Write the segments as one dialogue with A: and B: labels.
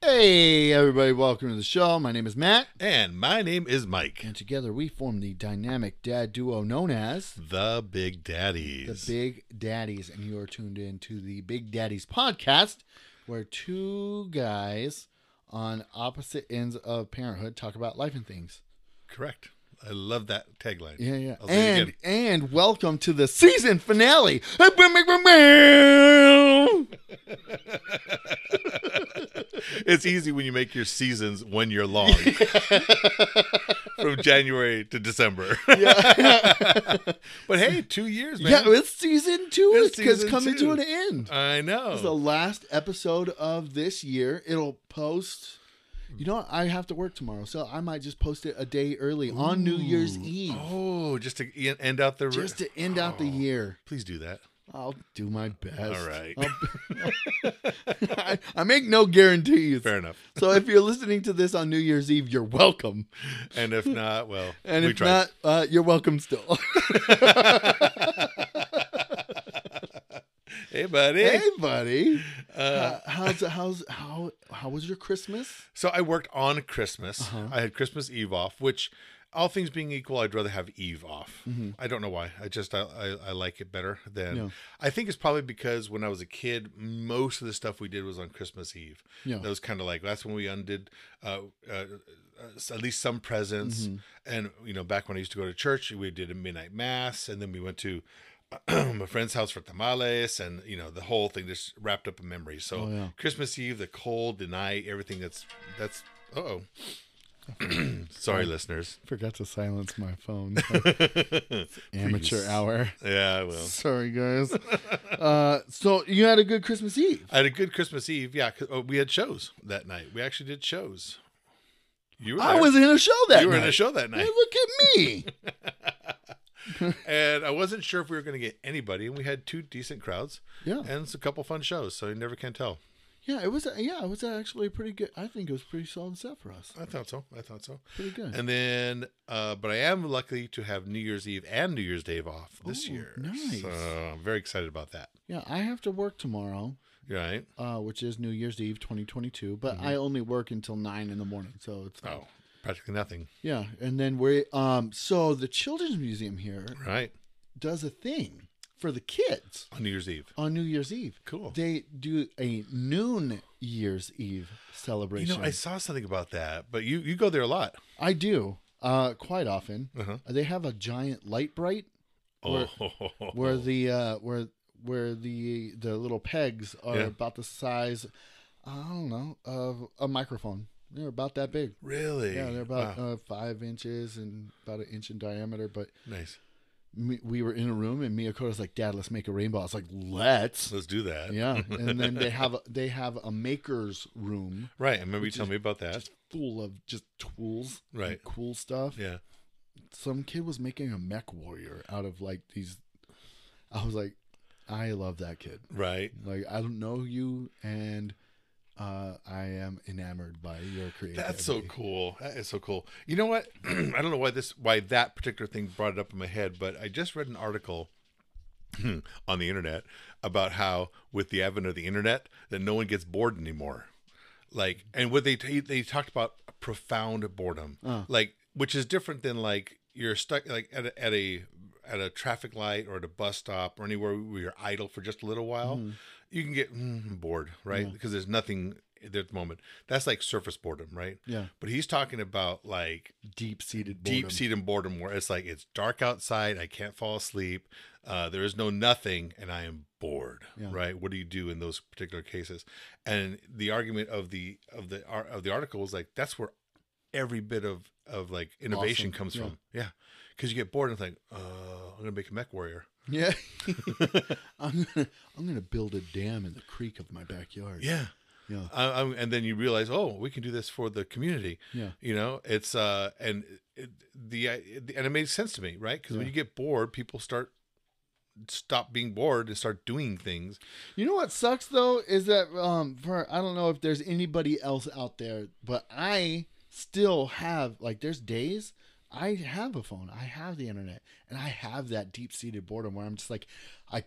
A: Hey, everybody, welcome to the show. My name is Matt,
B: And my name is Mike,
A: and together we form the dynamic dad duo known as
B: the Big
A: the
B: Daddies.
A: Big Daddies. And you are tuned in to the Big Daddies podcast, where two guys on opposite ends of parenthood talk about life and things.
B: Correct. I love that tagline.
A: Yeah, yeah.
B: I'll do it
A: And
B: again.
A: and welcome to the season finale. That's
B: It's easy when you make your seasons one year long. From January to December. but hey, two years, man.
A: Yeah, it's season two.
B: It's
A: It's, 'cause
B: season
A: coming to
B: two.
A: an end.
B: I know.
A: This is the last episode of this year. It'll post. You know, what? I have to work tomorrow, so I might just post it a day early on New Year's Eve,
B: oh, just to e- end out the.
A: just to end out the year.
B: Please do that.
A: I'll do my best.
B: Oh. All right.
A: um, I, I make no guarantees.
B: Fair enough.
A: So if you're listening to this on New Year's Eve, you're welcome.
B: And if not, well,
A: And
B: we
A: if
B: tried.
A: not, uh, you're welcome still.
B: hey, buddy.
A: hey, buddy.
B: Uh,
A: Uh, how's how's how how was your Christmas?
B: So I worked on Christmas.
A: Uh-huh.
B: I had Christmas Eve off, which, all things being equal, I'd rather have Eve off. I don't know why. I just I, I, I like it better than.
A: Mm-hmm. Yeah.
B: I think it's probably because when I was a kid, most of the stuff we did was on Christmas Eve.
A: Yeah.
B: That was kind of like that's when we undid uh, uh, uh, at least some presents,
A: Mm-hmm.
B: and you know back when I used to go to church, we did a midnight mass, and then we went to. my friend's house for tamales and you know the whole thing just wrapped up in memories so
A: Oh, yeah.
B: christmas eve the cold the night everything that's that's oh sorry listeners
A: Forgot to silence my phone.
B: Amateur
A: Amateur hour.
B: yeah well
A: Sorry, guys. uh, so you had a good Christmas Eve.
B: i had a good christmas eve yeah 'cause- oh, we had shows that night we actually did shows you were
A: I
B: there.
A: was in a show that
B: you were
A: night.
B: in a show that
A: Hey,
B: night
A: look at me.
B: and i wasn't sure if we were going to get anybody and we had two decent crowds
A: Yeah.
B: and it's a couple fun shows so you never can tell
A: yeah, it was. uh, Yeah, it was actually pretty good. I think it was pretty solid set for us.
B: i thought so i thought so
A: Pretty good.
B: And then, uh, but I am lucky to have New Year's Eve and New Year's Day off this
A: Ooh,
B: year.
A: nice.
B: So I'm very excited about that.
A: yeah, I have to work tomorrow,
B: Right?
A: uh, which is New Year's Eve, 2022. But I only work until nine in the morning, so it's
B: Mm-hmm. Oh, practically nothing.
A: yeah. And then we um. So the Children's Museum here
B: Right?
A: does a thing for the kids.
B: On New Year's Eve.
A: on New Year's Eve.
B: Cool.
A: They do a noon Year's Eve
B: You
A: celebration.
B: know, I saw something about that, but you, you go there a lot.
A: I do uh, quite often.
B: Uh-huh.
A: They have a giant light bright Where-
B: oh,
A: where the uh, where where the the little pegs are
B: Yeah.
A: about the size, I don't know, of a microphone. They're about that big.
B: really?
A: Yeah, they're about
B: Wow,
A: uh, five inches and about an inch in diameter. But
B: nice.
A: me, we were in a room and Miyakota's like, "Dad, let's make a rainbow." I was like, "Let's."
B: Let's do that.
A: Yeah, and then they have a, they have a maker's room
B: Right. I remember you telling me about that.
A: just full of just tools, and
B: Right.
A: cool stuff.
B: yeah.
A: Some kid was making a mech warrior out of like these. I was like, I love that kid.
B: Right.
A: Like I don't know you, and uh, I am enamored by your creativity.
B: That's so cool. That is so cool. You know what? I don't know why this why that particular thing brought it up in my head, but I just read an article on the internet about how with the advent of the internet that no one gets bored anymore. Like and what they t- they talked about profound boredom. Like which is different than like you're stuck like at a, at a at a traffic light or at a bus stop or anywhere where you're idle for just a little while, you can get mm, bored, right? Because there's nothing there at the moment. That's like surface boredom, right?
A: Yeah.
B: But he's talking about like
A: Deep seated.
B: deep seated boredom where it's like it's dark outside, I can't fall asleep, uh, there is no nothing, and I am bored.
A: Yeah.
B: Right? What do you do in those particular cases? And the argument of the of the ar- of the article is like that's where every bit of of like innovation
A: Awesome.
B: comes
A: Yeah.
B: from. Yeah, because you get bored and think, oh, I'm gonna make a mech warrior.
A: Yeah. I'm gonna I'm gonna build a dam in the creek of my backyard.
B: Yeah.
A: Yeah.
B: I, I'm- and then you realize, oh, we can do this for the community.
A: Yeah.
B: You know, it's uh, and it, the I- it, and it made sense to me, right? Because when
A: Yeah.
B: you get bored, people start stop being bored and start doing things.
A: You know what sucks though is that um for I don't know if there's anybody else out there, but I still have like there's days I have a phone, I have the internet, and I have that deep seated boredom where I'm just like, I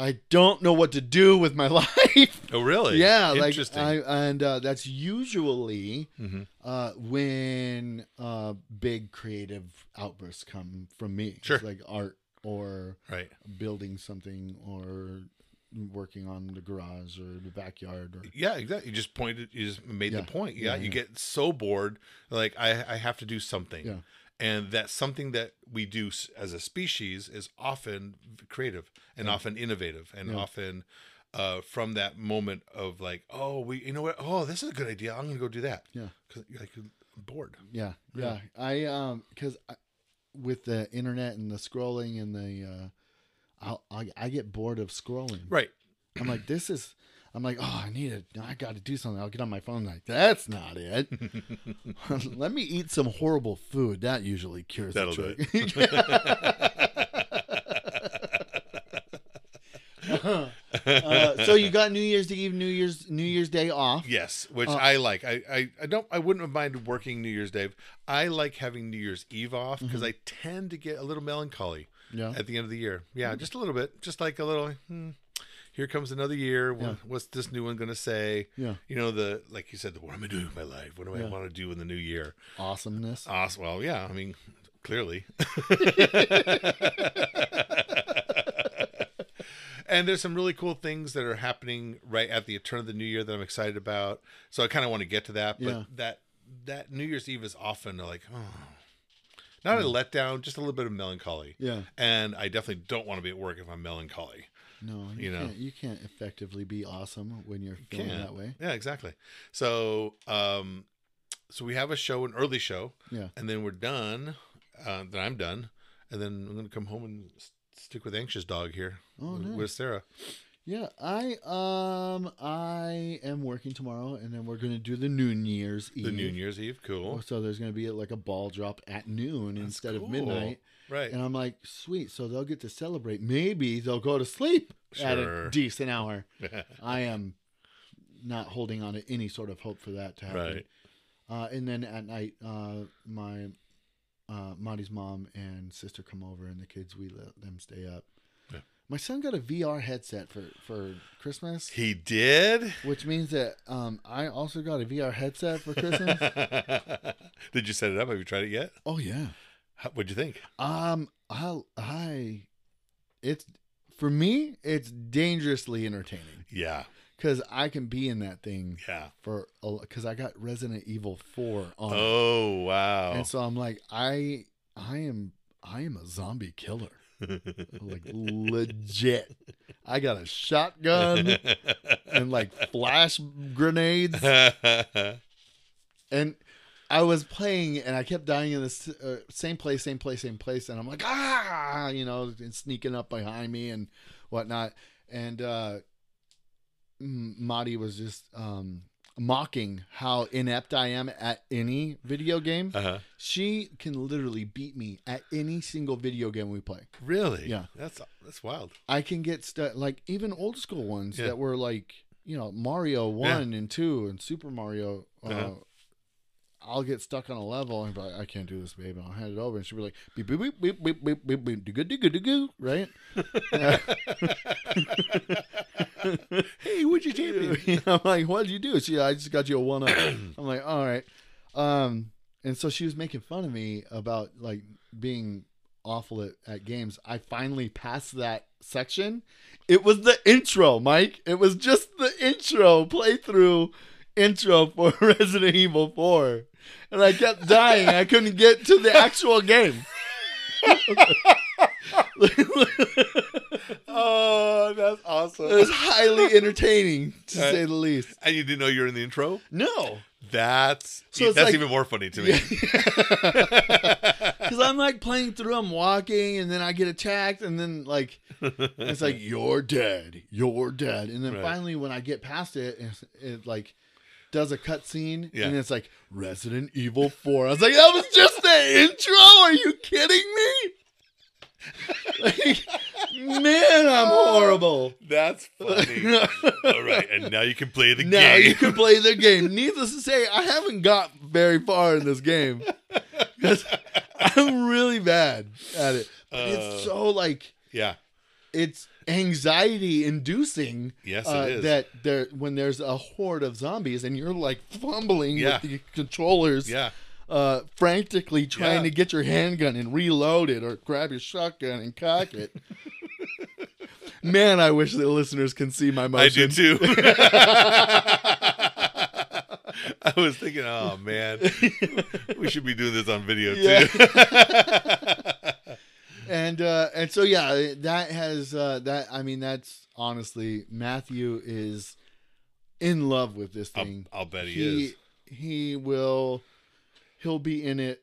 A: I don't know what to do with my life.
B: Oh, really?
A: yeah, like
B: interesting.
A: I, and uh, that's usually
B: Mhm.
A: uh, when uh, big creative outbursts come from me, It's
B: Sure.
A: like art or
B: Right.
A: building something or working on the garage or the backyard or
B: Yeah, exactly. You just pointed. You just made
A: Yeah.
B: the point.
A: Yeah,
B: Yeah,
A: yeah.
B: you get so bored. Like I, I have to do something.
A: Yeah.
B: And that's something that we do s- as a species is often creative and often innovative and
A: Yeah.
B: often uh, from that moment of like, oh, we, you know what? Oh, this is a good idea. I'm gonna go do that.
A: Yeah.
B: Because you're like I'm bored.
A: yeah yeah,
B: Yeah.
A: i um because with the internet and the scrolling and the uh i i i get bored of scrolling
B: Right.
A: i'm like this is i'm like oh i need it i gotta do something i'll get on my phone like that's not it let me eat some horrible food that usually cures
B: That'll do
A: the trick uh, so you got new year's eve new year's new year's day off
B: Yes, which
A: Uh,
B: I like. I, I, I don't I wouldn't mind working New Year's Day. I like having New Year's Eve off because I tend to get a little melancholy
A: Mm-hmm. yeah Mm-hmm.
B: at the end of the year. Yeah, just a little bit. Just like a little hmm, here comes another year. Wha-
A: Yeah.
B: What's this new one going to say?
A: yeah
B: You know the like you said, the, what am I doing with my life? What do
A: Yeah.
B: I want to do in the new year?
A: awesomeness
B: Awesome. Well, yeah. I mean, clearly. and there's some really cool things that are happening right at the turn of the new year that I'm excited about. So I kind of want to get to that, but
A: Yeah.
B: that that New Year's Eve is often like, oh, not a
A: Mm.
B: letdown, just a little bit of melancholy.
A: yeah
B: And I definitely don't want to be at work if I'm melancholy.
A: No, you,
B: you know?
A: can't, you can't effectively be awesome when you're feeling
B: Can't.
A: that way.
B: Yeah, exactly. So, um, so we have a show, an early show,
A: Yeah.
B: and then we're done. Uh, then I'm done, and then I'm gonna come home and s- stick with anxious dog here
A: Oh,
B: with,
A: nice.
B: with Sarah.
A: Yeah, I um I am working tomorrow, and then we're gonna do the New Year's Eve.
B: The New Year's Eve, cool,
A: So there's gonna be like a ball drop at noon instead of
B: cool.
A: midnight,
B: right?
A: and I'm like, sweet. So they'll get to celebrate. Maybe they'll go to sleep at a
B: Sure.
A: decent hour. I am not holding on to any sort of hope for that to happen.
B: right.
A: Uh, and then at night, uh, my uh, Marty's mom and sister come over, and the kids we let them stay up.
B: Yeah.
A: My son got a VR headset for for Christmas,
B: He did.
A: which means that um, I also got a VR headset for Christmas.
B: did you set it up? Have you tried it yet?
A: oh yeah.
B: How, what'd you think?
A: Um, I I it's for me it's dangerously entertaining
B: Yeah,
A: because I can be in that thing
B: yeah.
A: for because I got Resident Evil Four on. it.
B: Oh wow.
A: And so I'm like, I I am I am a zombie killer. like legit. I got a shotgun and like flash grenades and I was playing and I kept dying in the s- uh, same place, same place, same place and I'm like ah, you know, and sneaking up behind me and whatnot and uh M- Madi was just um mocking how inept I am at any video game.
B: uh-huh.
A: She can literally beat me at any single video game we play.
B: Really?
A: Yeah.
B: That's that's wild.
A: I can get stuck like even old school ones
B: Yeah.
A: that were like you know Mario one and two and Super Mario. Uh,
B: Uh-huh.
A: I'll get stuck on a level and be like, I can't do this, babe, and I'll hand it over, and she'll be like, beep beep beep beep beep beep beep beep, do good do good do good, right?
B: Hey, would you take me?
A: I'm like, what did you do? She, I just got you a one up. I'm like, all right. Um, and so she was making fun of me about like being awful at, at games. I finally passed that section. It was the intro, Mike. It was just the intro playthrough intro for Resident Evil 4. And I kept dying. I couldn't get to the actual game.
B: Oh, that's
A: It
B: awesome.
A: was highly entertaining, to say the least.
B: And you didn't know you were in the intro?
A: No.
B: That's
A: So it's
B: that's
A: like-
B: even more funny to me.
A: Because because I'm like playing through, I'm walking, and then I get attacked, and then like it's like you're dead, you're dead, and then
B: Right.
A: finally when I get past it, it, it like does a cutscene,
B: Yeah.
A: and it's like Resident Evil Four. I was like, that was just the intro. Are you kidding me? like, man, I'm horrible.
B: That's funny. All right, and now you can play the
A: Now
B: game.
A: you can play the game. Needless to say, I haven't got very far in this game. 'Cause I'm really bad at it. But
B: Uh.
A: it's so like
B: yeah.
A: it's anxiety inducing
B: Yes,
A: uh,
B: it is.
A: that there when there's a horde of zombies and you're like fumbling
B: Yeah.
A: with the controllers
B: Yeah.
A: uh, frantically trying
B: Yeah.
A: to get your handgun and reload it or grab your shotgun and cock it. Man, I wish the listeners can see my
B: I
A: motion.
B: do too. I was thinking, oh man, we should be doing this on video
A: Yeah.
B: too.
A: and uh and so yeah that has uh that i mean that's honestly matthew is in love with this
B: I'll,
A: thing
B: I'll bet he, is.
A: he will he'll be in it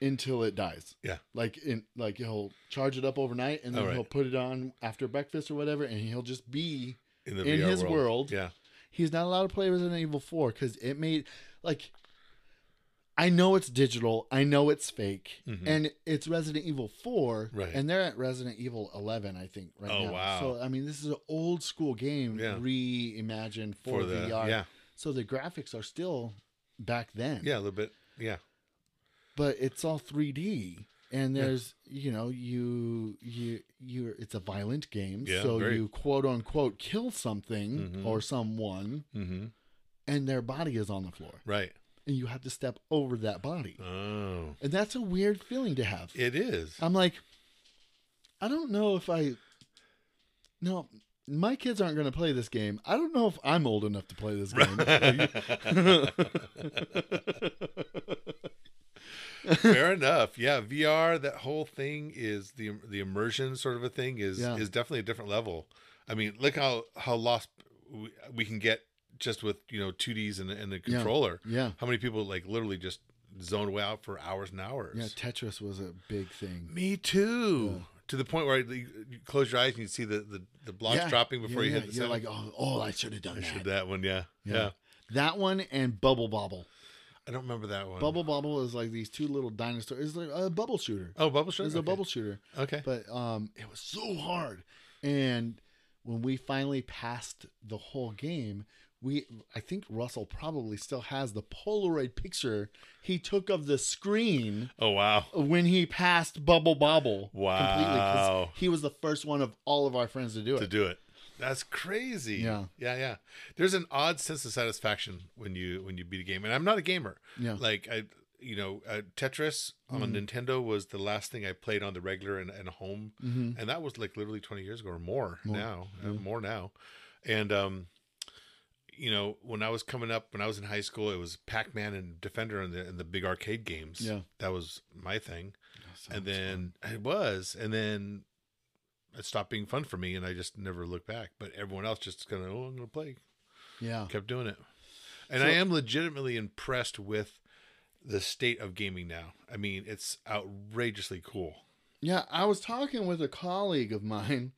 A: until it dies
B: Yeah.
A: like in like he'll charge it up overnight and then
B: All right.
A: he'll put it on after breakfast or whatever and he'll just be
B: In the
A: in
B: VR
A: his world,
B: Yeah.
A: he's not allowed to play resident evil 4 because it made like i know it's digital i know it's fake
B: Mhm.
A: and it's resident evil 4
B: Right.
A: and they're at resident evil 11 i think right
B: Oh,
A: now
B: wow.
A: so i mean this is an old school game
B: Yeah.
A: reimagined for,
B: For the
A: vr
B: yeah,
A: so the graphics are still back then
B: yeah, a little bit. Yeah.
A: but it's all 3d and
B: Yeah.
A: there's you know you you you it's a violent game
B: Yeah,
A: so
B: very.
A: you quote unquote kill something
B: Mhm.
A: or someone
B: Mm-hmm.
A: and their body is on the floor
B: Right.
A: and you have to step over that body
B: Oh,
A: and that's a weird feeling to have
B: it is.
A: i'm like i don't know if i no my kids aren't going to play this game i don't know if i'm old enough to play this game
B: Fair enough. Yeah, VR. That whole thing is the the immersion sort of a thing is
A: Yeah.
B: is definitely a different level. I mean, look how how lost we, we can get just with you know 2ds and and the
A: Yeah.
B: controller.
A: yeah
B: How many people like literally just zone away out for hours and hours?
A: yeah tetris was a big thing
B: Me too.
A: Yeah.
B: To the point where you, you close your eyes and you see the the, the blocks
A: Yeah.
B: dropping before
A: Yeah,
B: you
A: yeah.
B: hit the
A: You're
B: sound.
A: like, oh, oh I should have done
B: I
A: that.
B: should that one. Yeah. yeah,
A: Yeah. That one and Bubble Bobble.
B: I don't remember that one.
A: Bubble Bobble is like these two little dinosaurs. It's like a bubble shooter.
B: Oh, bubble shrimp.
A: It's a bubble shooter,
B: Okay.
A: but um, it was so hard. And when we finally passed the whole game, we I think Russell probably still has the Polaroid picture he took of the screen
B: Oh wow.
A: when he passed Bubble Bobble. completely, 'cause
B: Wow.
A: he was the first one of all of our friends to do it.
B: To do it. That's crazy.
A: Yeah.
B: Yeah, yeah. There's an odd sense of satisfaction when you when you beat a game. And I'm not a gamer.
A: yeah, Mm-hmm.
B: Like I you know, uh, Tetris on Nintendo was the last thing I played on the regular and, and home.
A: hmm
B: and that was like literally 20 years ago or more,
A: More,
B: now uh,
A: yeah.
B: more now and um you know when i was coming up when i was in high school it was pac-man and defender and the, and the big arcade games
A: Yeah.
B: that was my thing and then it was and then it stopped being fun for me and i just never looked back but everyone else just kind of oh i'm gonna play
A: yeah,
B: kept doing it and
A: Uh-huh. So-
B: i am legitimately impressed with the state of gaming now i mean it's outrageously cool
A: Yeah, I was talking with a colleague of mine,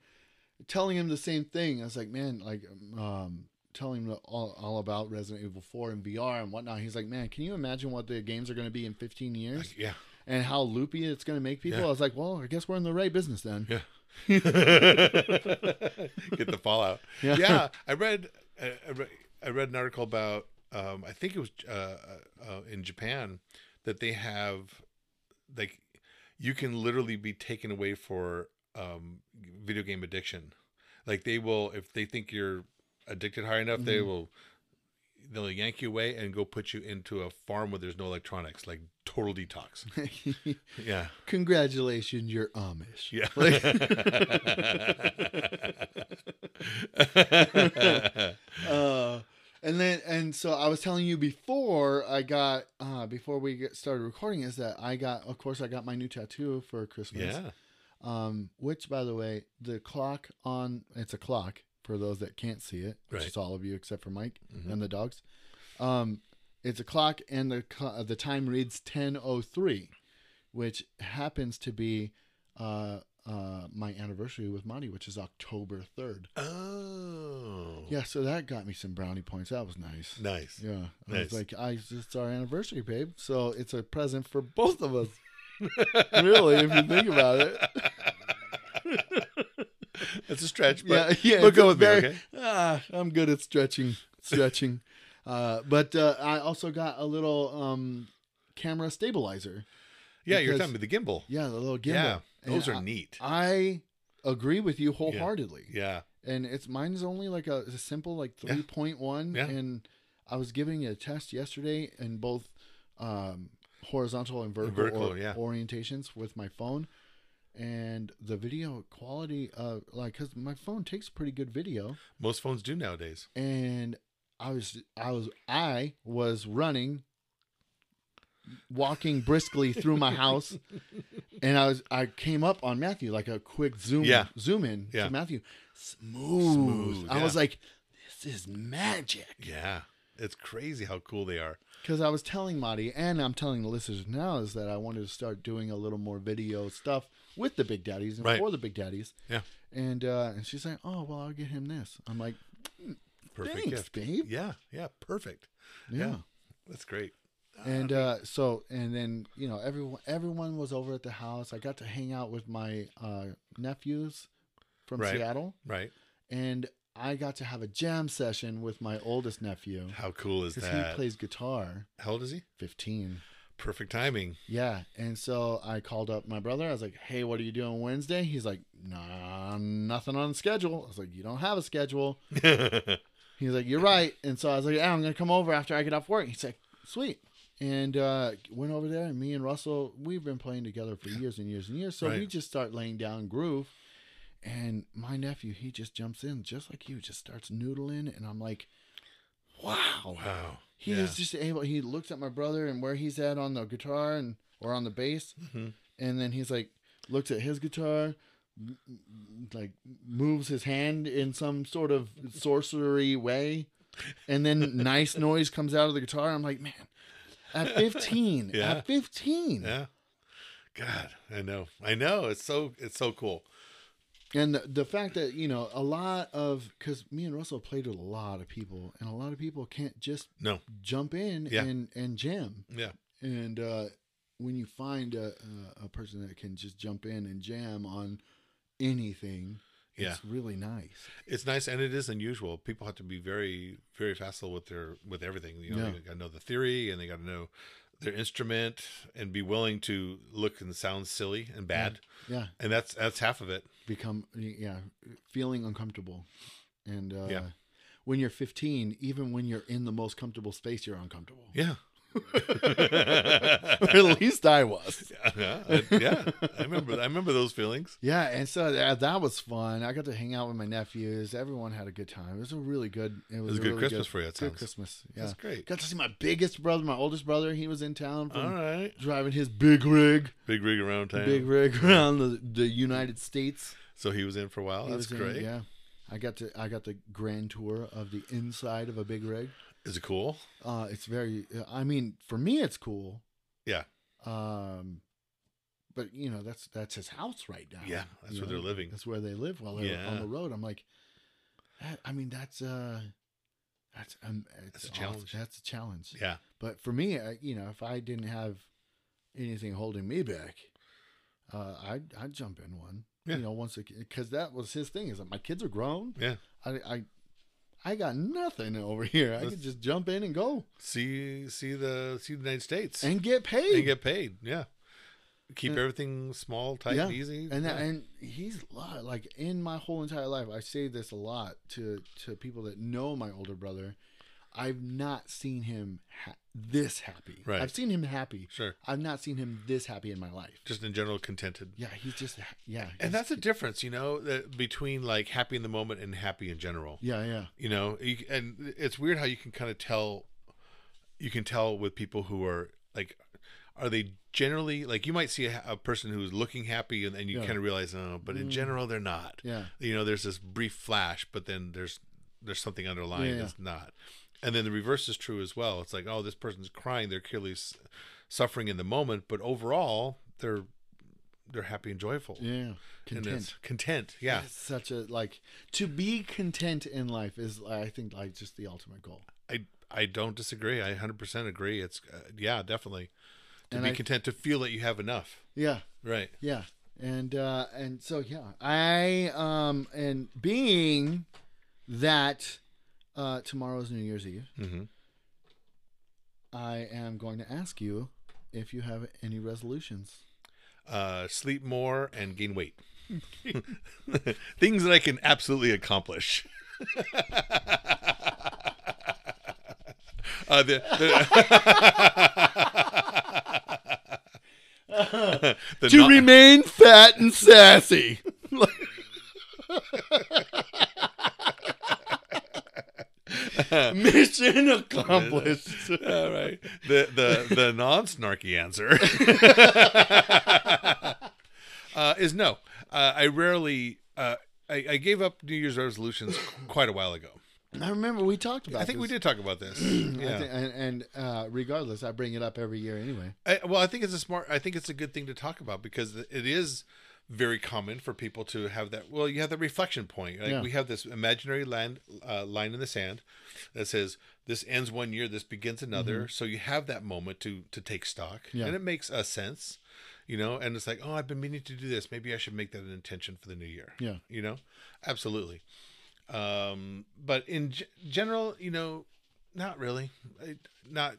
A: telling him the same thing. I was like, man, like, um, telling him all, all about Resident Evil 4 and VR and whatnot. He's like, man, can you imagine what the games are going to be in 15 years
B: Like, yeah
A: and how loopy it's going to make people?
B: Yeah.
A: I was like, well, I guess we're in the right business then.
B: Yeah. Get the fallout. Yeah,
A: Yeah.
B: I read, I I read, I read an article about. Um, I think it was uh, uh, uh, in Japan that they have, like, you can literally be taken away for um, video game addiction. Like they will, if they think you're addicted high enough, they
A: Mhm.
B: will. They'll yank you away and go put you into a farm where there's no electronics, like total detox. Yeah.
A: Congratulations, you're Amish.
B: Yeah.
A: Like- uh, and then and so I was telling you before I got uh, before we get started recording is that I got of course I got my new tattoo for Christmas.
B: yeah.
A: Um, which, by the way, the clock on it's a clock for those that can't see it, which
B: Right.
A: is all of you except for Mike
B: Mhm.
A: and the dogs. uh, Um, it's a clock, and the cl- the time reads ten oh three, which happens to be uh, uh, my anniversary with Monty, which is October 3rd.
B: Oh.
A: Yeah, so that got me some brownie points. That was nice.
B: Nice.
A: Yeah. I
B: Nice.
A: was like, I it's our anniversary, babe. So it's a present for both of us. really, if you think about it.
B: That's a stretch,
A: Yeah,
B: but
A: yeah.
B: but
A: it's
B: go
A: a
B: with me,
A: very-
B: okay?
A: Ah, I'm good at stretching, stretching. uh, but uh, I also got a little um, camera stabilizer.
B: yeah, you're
A: because-
B: talking about the gimbal.
A: Yeah, the little gimbal.
B: Yeah,
A: And
B: those are
A: I,
B: neat.
A: I agree with you wholeheartedly.
B: yeah,
A: and it's mine's only like a, a simple like
B: Yeah.
A: 3.1
B: Yeah.
A: and i was giving it a test yesterday in both um, horizontal and vertical,
B: Vertical,
A: or-
B: yeah.
A: orientations with my phone and the video quality uh like because my phone takes pretty good video
B: most phones do nowadays.
A: and i was i was i was running walking briskly through my house and i was i came up on matthew like a quick zoom
B: Yeah.
A: zoom in
B: Yeah.
A: to matthew smooth,
B: Smooth,
A: i was
B: yeah.
A: like this is magic
B: Yeah, it's crazy how cool they are.
A: because i was telling Marty and i'm telling the listeners now is that i wanted to start doing a little more video stuff with the big daddies and
B: Right.
A: for the big daddies
B: Yeah.
A: and uh and she's like oh well i'll get him this i'm like
B: Perfect
A: Thanks,
B: gift.
A: babe.
B: Yeah, yeah, perfect.
A: yeah.
B: that's great.
A: and uh, so and then you know everyone everyone was over at the house. I got to hang out with my uh, nephews from
B: Right.
A: Seattle,
B: Right?
A: and I got to have a jam session with my oldest nephew
B: How cool is
A: because
B: that?
A: he plays guitar.
B: how old is he?
A: Fifteen,
B: Perfect timing.
A: yeah. And so I called up my brother. I was like, "Hey, what are you doing Wednesday?" He's like, "Nah, nothing on schedule." I was like, "You don't have a schedule." He's like, "You're right." And so I was like, "Yeah, I'm gonna come over after I get off work." He's like, "Sweet." And uh, went over there, and me and Russell, we've been playing together for years and years and years. So we
B: Right.
A: just start laying down groove. And my nephew, he just jumps in, just like you, just starts noodling, and I'm like, "Wow!"
B: wow.
A: He
B: yeah.
A: is just able. He looks at my brother and where he's at on the guitar and or on the bass,
B: Mhm.
A: and then he's like looks at his guitar, m- m- like moves his hand in some sort of sorcery way, and then nice noise comes out of the guitar. I'm like, man, at 15,
B: Yeah.
A: at 15,
B: Yeah. God, I know. I know. It's so it's so cool.
A: and the, the fact that you know a lot of because me and Russell played with a lot of people, and a lot of people can't just
B: No.
A: jump in
B: Yeah.
A: and and jam.
B: Yeah.
A: and uh, when you find a, a, a person that can just jump in and jam on anything
B: Yeah.
A: it's really nice
B: It's nice and it is unusual. People have to be very, very facile with their with everything. You know,
A: Yeah.
B: they gotta know the theory and they gotta know their instrument and be willing to look and sound silly and bad.
A: yeah
B: And that's that's half of it.
A: become yeah feeling uncomfortable and uh,
B: Yeah.
A: when you're 15 even when you're in the most comfortable space you're uncomfortable
B: Yeah.
A: at least i was
B: yeah, I, yeah. I remember I remember those feelings.
A: yeah and so that, that was fun i got to hang out with my nephews everyone had a good time it was a really good it was,
B: was a
A: a
B: good
A: really
B: Christmas for you, it
A: good
B: sounds.
A: christmas yeah
B: That's great.
A: got to see my biggest brother my oldest brother he was in town from
B: All right.
A: driving his big rig,
B: Big rig around town.
A: big rig around the, the United States.
B: So he was in for a while.
A: He
B: Oh, That's
A: was in-
B: great.
A: yeah, I got to I got the grand tour of the inside of a big rig.
B: Is it cool?
A: Uh, it's very. I mean, for me, it's cool.
B: Yeah.
A: Um, but you know, that's that's his house right now.
B: Yeah, that's
A: you
B: where they're living.
A: That's where they live while they're on
B: Yeah.
A: the road. I'm like, that, I mean, that's uh, that's um, it's
B: That's a
A: aw-
B: challenge.
A: That's a challenge.
B: Yeah.
A: But for me, I, you know, if I didn't have anything holding me back, uh, I'd I'd jump in one.
B: Yeah.
A: You know, once because that was his thing is that my kids are grown.
B: Yeah.
A: I I, I got nothing over here. I
B: That's-
A: could just jump in and go
B: See see the see the United States and,
A: and get paid.
B: get paid. Yeah. Keep
A: And-
B: everything small, tight,
A: Yeah.
B: and easy.
A: and that,
B: yeah.
A: and he's lo- like in my whole entire life. I say this a lot to to people that know my older brother. I've not seen him ha- this happy.
B: Right.
A: I've seen him happy.
B: sure.
A: I've not seen him this happy in my life.
B: Just in general contented.
A: Yeah, he's just yeah, he's-
B: And that's a difference, you know, that between like happy in the moment and happy in general.
A: yeah, yeah,
B: You know, you, and it's weird how you can kind of tell you can tell with people who are like are they generally like you might see a, a person who's looking happy and then you
A: Yeah. Mm.
B: kind of realize oh but in general they're not
A: yeah,
B: you know there's this brief flash but then there's there's something underlying
A: Yeah.
B: that's not and then the reverse is true as well it's like oh this person's crying they're clearly s- suffering in the moment but overall they're they're happy and joyful.
A: Yeah.
B: And
A: Content.
B: it's content. Yeah.
A: It's such a like to be content in life is I think like just the ultimate goal.
B: I I don't disagree. I 100% agree. It's uh, yeah, definitely. To
A: And
B: be
A: I-
B: content to feel that you have enough.
A: Yeah.
B: Right.
A: Yeah. And uh and so yeah, I um and being that uh tomorrow's New Year's Eve,
B: Mm-hmm.
A: I am going to ask you if you have any resolutions.
B: Uh, sleep more and gain weight. Things that I can absolutely accomplish. uh, the, the, The
A: to
B: non-
A: remain fat and sassy. Mission accomplished.
B: All right. The the the non snarky answer uh, is no. Uh, I rarely. Uh, I, I gave up New Year's resolutions quite a while ago.
A: I remember we talked about.
B: I think we
A: this.
B: did talk about this.
A: I
B: yeah.
A: thi- and and uh, regardless, I bring it up every year anyway.
B: I, well, I think it's a smart. I think it's a good thing to talk about because it is very common for people to have that. Well, you have that reflection point. Like
A: Yeah.
B: we have this imaginary land uh, line in the sand that says this ends one year, this begins another. So you have that moment to to take stock,
A: Mm-hmm. Yeah.
B: and it makes a sense, you know. And it's like, oh, I've been meaning to do this. Maybe I should make that an intention for the new year.
A: Yeah.
B: you know, absolutely. Um, but in g- general, you know, not really. I, not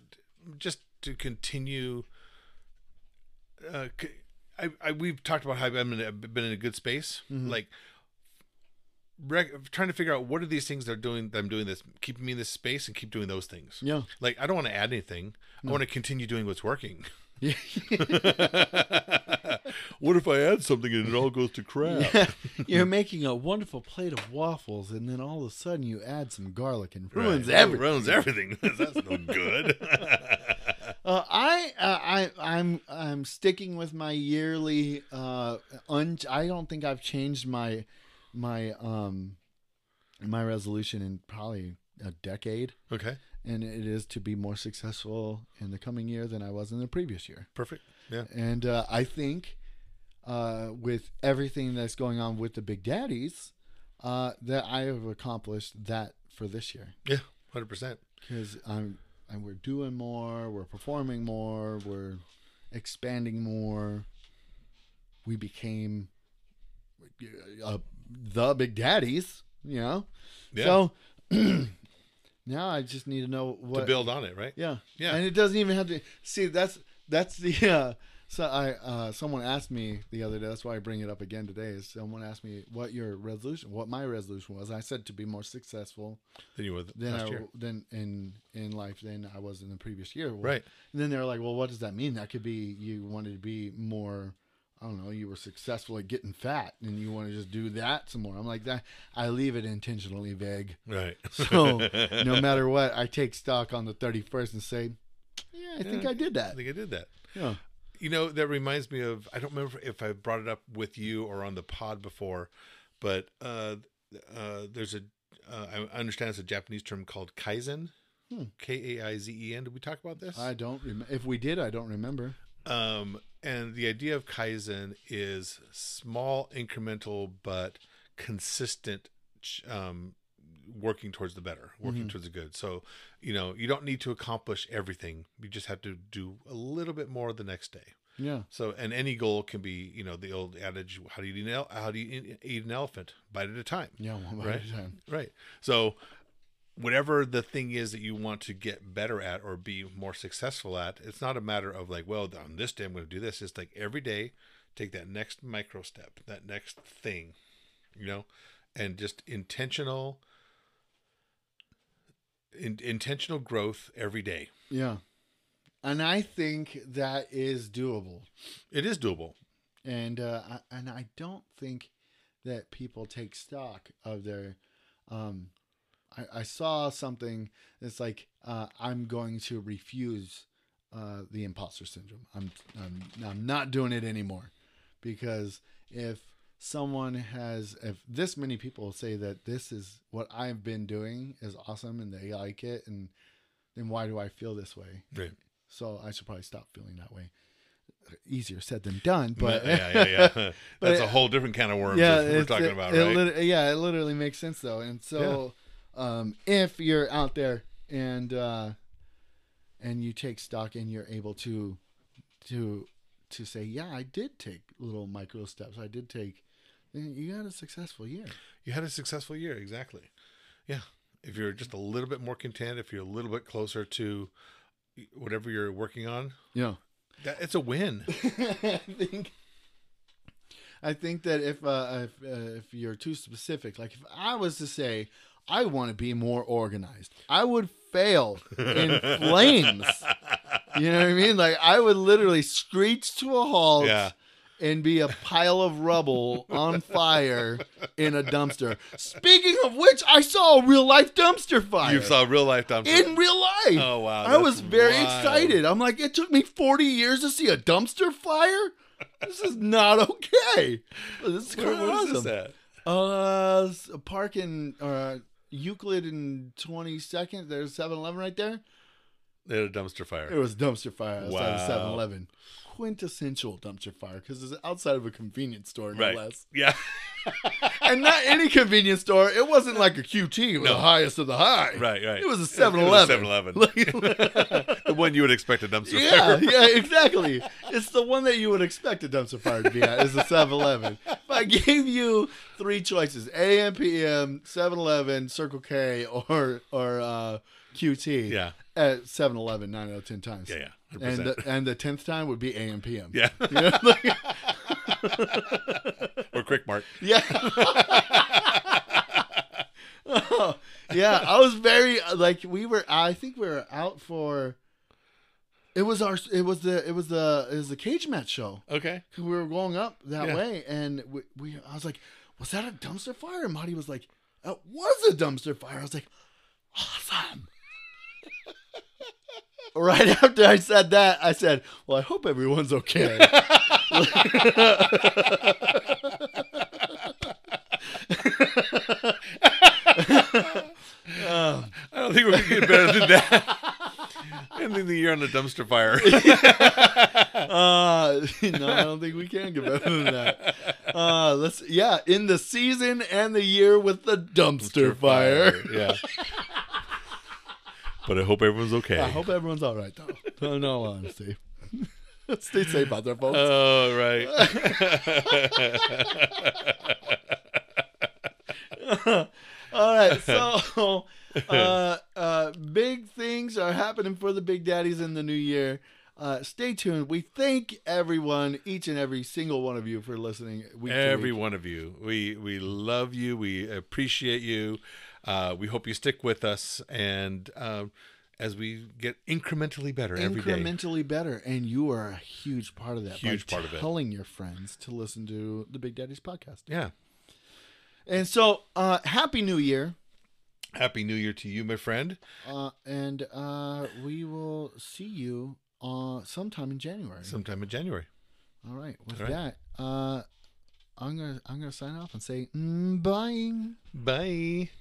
B: just to continue uh, c- I, I we've talked about how I've been in a, been in a good space,
A: Mm-hmm.
B: like rec- trying to figure out what are these things they're doing that I'm doing that's keeping me in this space and keep doing those things.
A: Yeah.
B: Like I don't want to add anything. I want to continue doing what's working.
A: Yeah.
B: what if I add something and it all goes to crap?
A: You're making a wonderful plate of waffles, and then all of a sudden you add some garlic and
B: Right.
A: ruins
B: It
A: everything.
B: Ruins everything. That's no good.
A: Uh, I, uh, I, I'm, I'm sticking with my yearly. Uh, un- I don't think I've changed my, my, um, my resolution in probably a decade,
B: okay.
A: and it is to be more successful in the coming year than I was in the previous year.
B: Perfect. Yeah.
A: And uh, I think uh, with everything that's going on with the Big Daddies, uh, that I have accomplished that for this year
B: Yeah. Hundred percent.
A: because I'm and we're doing more, we're performing more, we're expanding more. We became uh, the Big Daddies, you know.
B: Yeah.
A: So now I just need to know what
B: to build on it, right?
A: yeah.
B: Yeah.
A: And it doesn't even have to see that's that's the uh so I uh someone asked me the other day, that's why I bring it up again today, is someone asked me what your resolution what my resolution was. I said to be more successful
B: Then you were
A: than
B: last
A: I
B: year.
A: than in in life than I was in the previous year. Well,
B: Right.
A: And then they were like, Well what does that mean? That could be you wanted to be more I don't know, you were successful at getting fat and you want to just do that some more. I'm like that I leave it intentionally vague.
B: Right.
A: So no matter what, I take stock on the 31st and say, yeah, I think I did
B: I
A: that.
B: think I did that.
A: Yeah.
B: You know, that reminds me of I don't remember if I brought it up with you or on the pod before, but uh, uh, there's a uh, I understand it's a Japanese term called kaizen.
A: Hmm.
B: K A I Z E N. Did we talk about this?
A: I don't remember. If we did, I don't remember.
B: Um, and the idea of kaizen is small, incremental, but consistent ch- um, working towards the better, working
A: Mm-hmm.
B: towards the good. So, you know, you don't need to accomplish everything. You just have to do a little bit more the next day.
A: Yeah.
B: So, and any goal can be, you know, the old adage: How do you eat an, ele- how do you eat- eat an elephant? Bite at a time.
A: Yeah. One bite
B: Right.
A: at a time.
B: Right. So, whatever the thing is that you want to get better at or be more successful at, it's not a matter of like, well, on this day I'm going to do this. It's like every day, take that next micro step, that next thing, you know, and just intentional, in, intentional growth every day.
A: Yeah. And I think that is doable.
B: It is doable.
A: And uh, I, and I don't think that people take stock of their. Um, I, I saw something that's like uh, I'm going to refuse uh, the imposter syndrome. I'm, I'm I'm not doing it anymore because if someone has if this many people say that this is what I've been doing is awesome and they like it and then why do I feel this way?
B: Right.
A: So I should probably stop feeling that way. easier said than done, but
B: yeah, yeah, yeah. That's
A: but
B: a
A: it-
B: whole different kind of worms.
A: yeah,
B: that's what we're
A: it's-
B: talking
A: it-
B: about,
A: it
B: right?
A: lit- yeah, it literally makes sense though. And so, um, if you're out there and uh, and you take stock and you're able to to to say, yeah, I did take little micro steps. I did take. then You had a successful year.
B: you had a successful year, exactly. Yeah, if you're just a little bit more content, if you're a little bit closer to whatever you're working on,
A: Yeah.
B: that, it's a win.
A: I think I think that if uh, if uh, if you're too specific, like if I was to say I want to be more organized, I would fail in flames. You know what I mean? Like I would literally screech to a halt
B: Yeah.
A: and be a pile of rubble on fire in a dumpster. Speaking of which, I saw a real life dumpster fire
B: You saw real life dumpster.
A: in real life.
B: Oh, wow,
A: I
B: that's
A: was very
B: wild.
A: excited. I'm like, it took me 40 years to see a dumpster fire. This is not okay. This is
B: Where
A: kind of awesome.
B: was that?
A: Uh, s- a park in uh, Euclid and 22nd. There's 7-Eleven right there.
B: They had a dumpster
A: It
B: fire.
A: was dumpster fire outside
B: Wow.
A: of 7-Eleven. Quintessential dumpster fire because it's outside of a convenience store, no
B: Right.
A: less.
B: Yeah.
A: And not any convenience store. It wasn't like a QT, with
B: No.
A: the highest of the high.
B: Right, right.
A: It was a
B: It
A: 7-Eleven.
B: was a 7-Eleven. the one you would expect a dumpster
A: Yeah,
B: fire.
A: yeah, exactly. It's the one that you would expect a dumpster fire to be at. Is the 7-Eleven. If I gave you three choices: AM, PM, 7-Eleven, Circle K, or or uh, QT.
B: Yeah.
A: At 7-Eleven, nine out of ten times.
B: Yeah, yeah,
A: And
B: 100%.
A: the, and the tenth time would be AM, PM.
B: Yeah.
A: You know, like-
B: or Quick Mart.
A: yeah. yeah, I was very uh, like we were. I think we were out for. It was our. It was the. It was the. It was the cage match show.
B: Okay.
A: 'Cause we were going up that
B: Yeah.
A: way, and we, we, I was like, "Was that a dumpster fire?" And Marty was like, "That was a dumpster fire." I was like, "Awesome!" right after I said that, I said, "Well, I hope everyone's okay." Um,
B: I don't think we could get better than that. and then the year on the dumpster fire.
A: uh, no, I don't think we can get better than that. Uh, let's, yeah, in the season and the year with the dumpster fire.
B: Yeah. but I hope everyone's okay.
A: I hope everyone's all right, though. In all honesty. Stay safe out there, folks.
B: Oh, right.
A: all right, so uh, uh, big things are happening for the Big Daddies in the new year. Uh, stay tuned. We thank everyone, each and every single one of you, for listening. Week
B: Every
A: to week.
B: one of you. We we love you. We appreciate you. Uh, we hope you stick with us and uh, as we get incrementally better every day.
A: incrementally better, and you are a huge part of that.
B: Huge
A: by
B: part of it.
A: Telling your friends to listen to the Big Daddies podcast,
B: Yeah.
A: and so uh, happy New Year,
B: Happy New Year to you, my friend.
A: uh, and uh, we will see you uh, sometime in January.
B: Sometime in January.
A: All right. With
B: All right.
A: that, uh, I'm gonna I'm gonna sign off and say mm, bye.
B: Bye.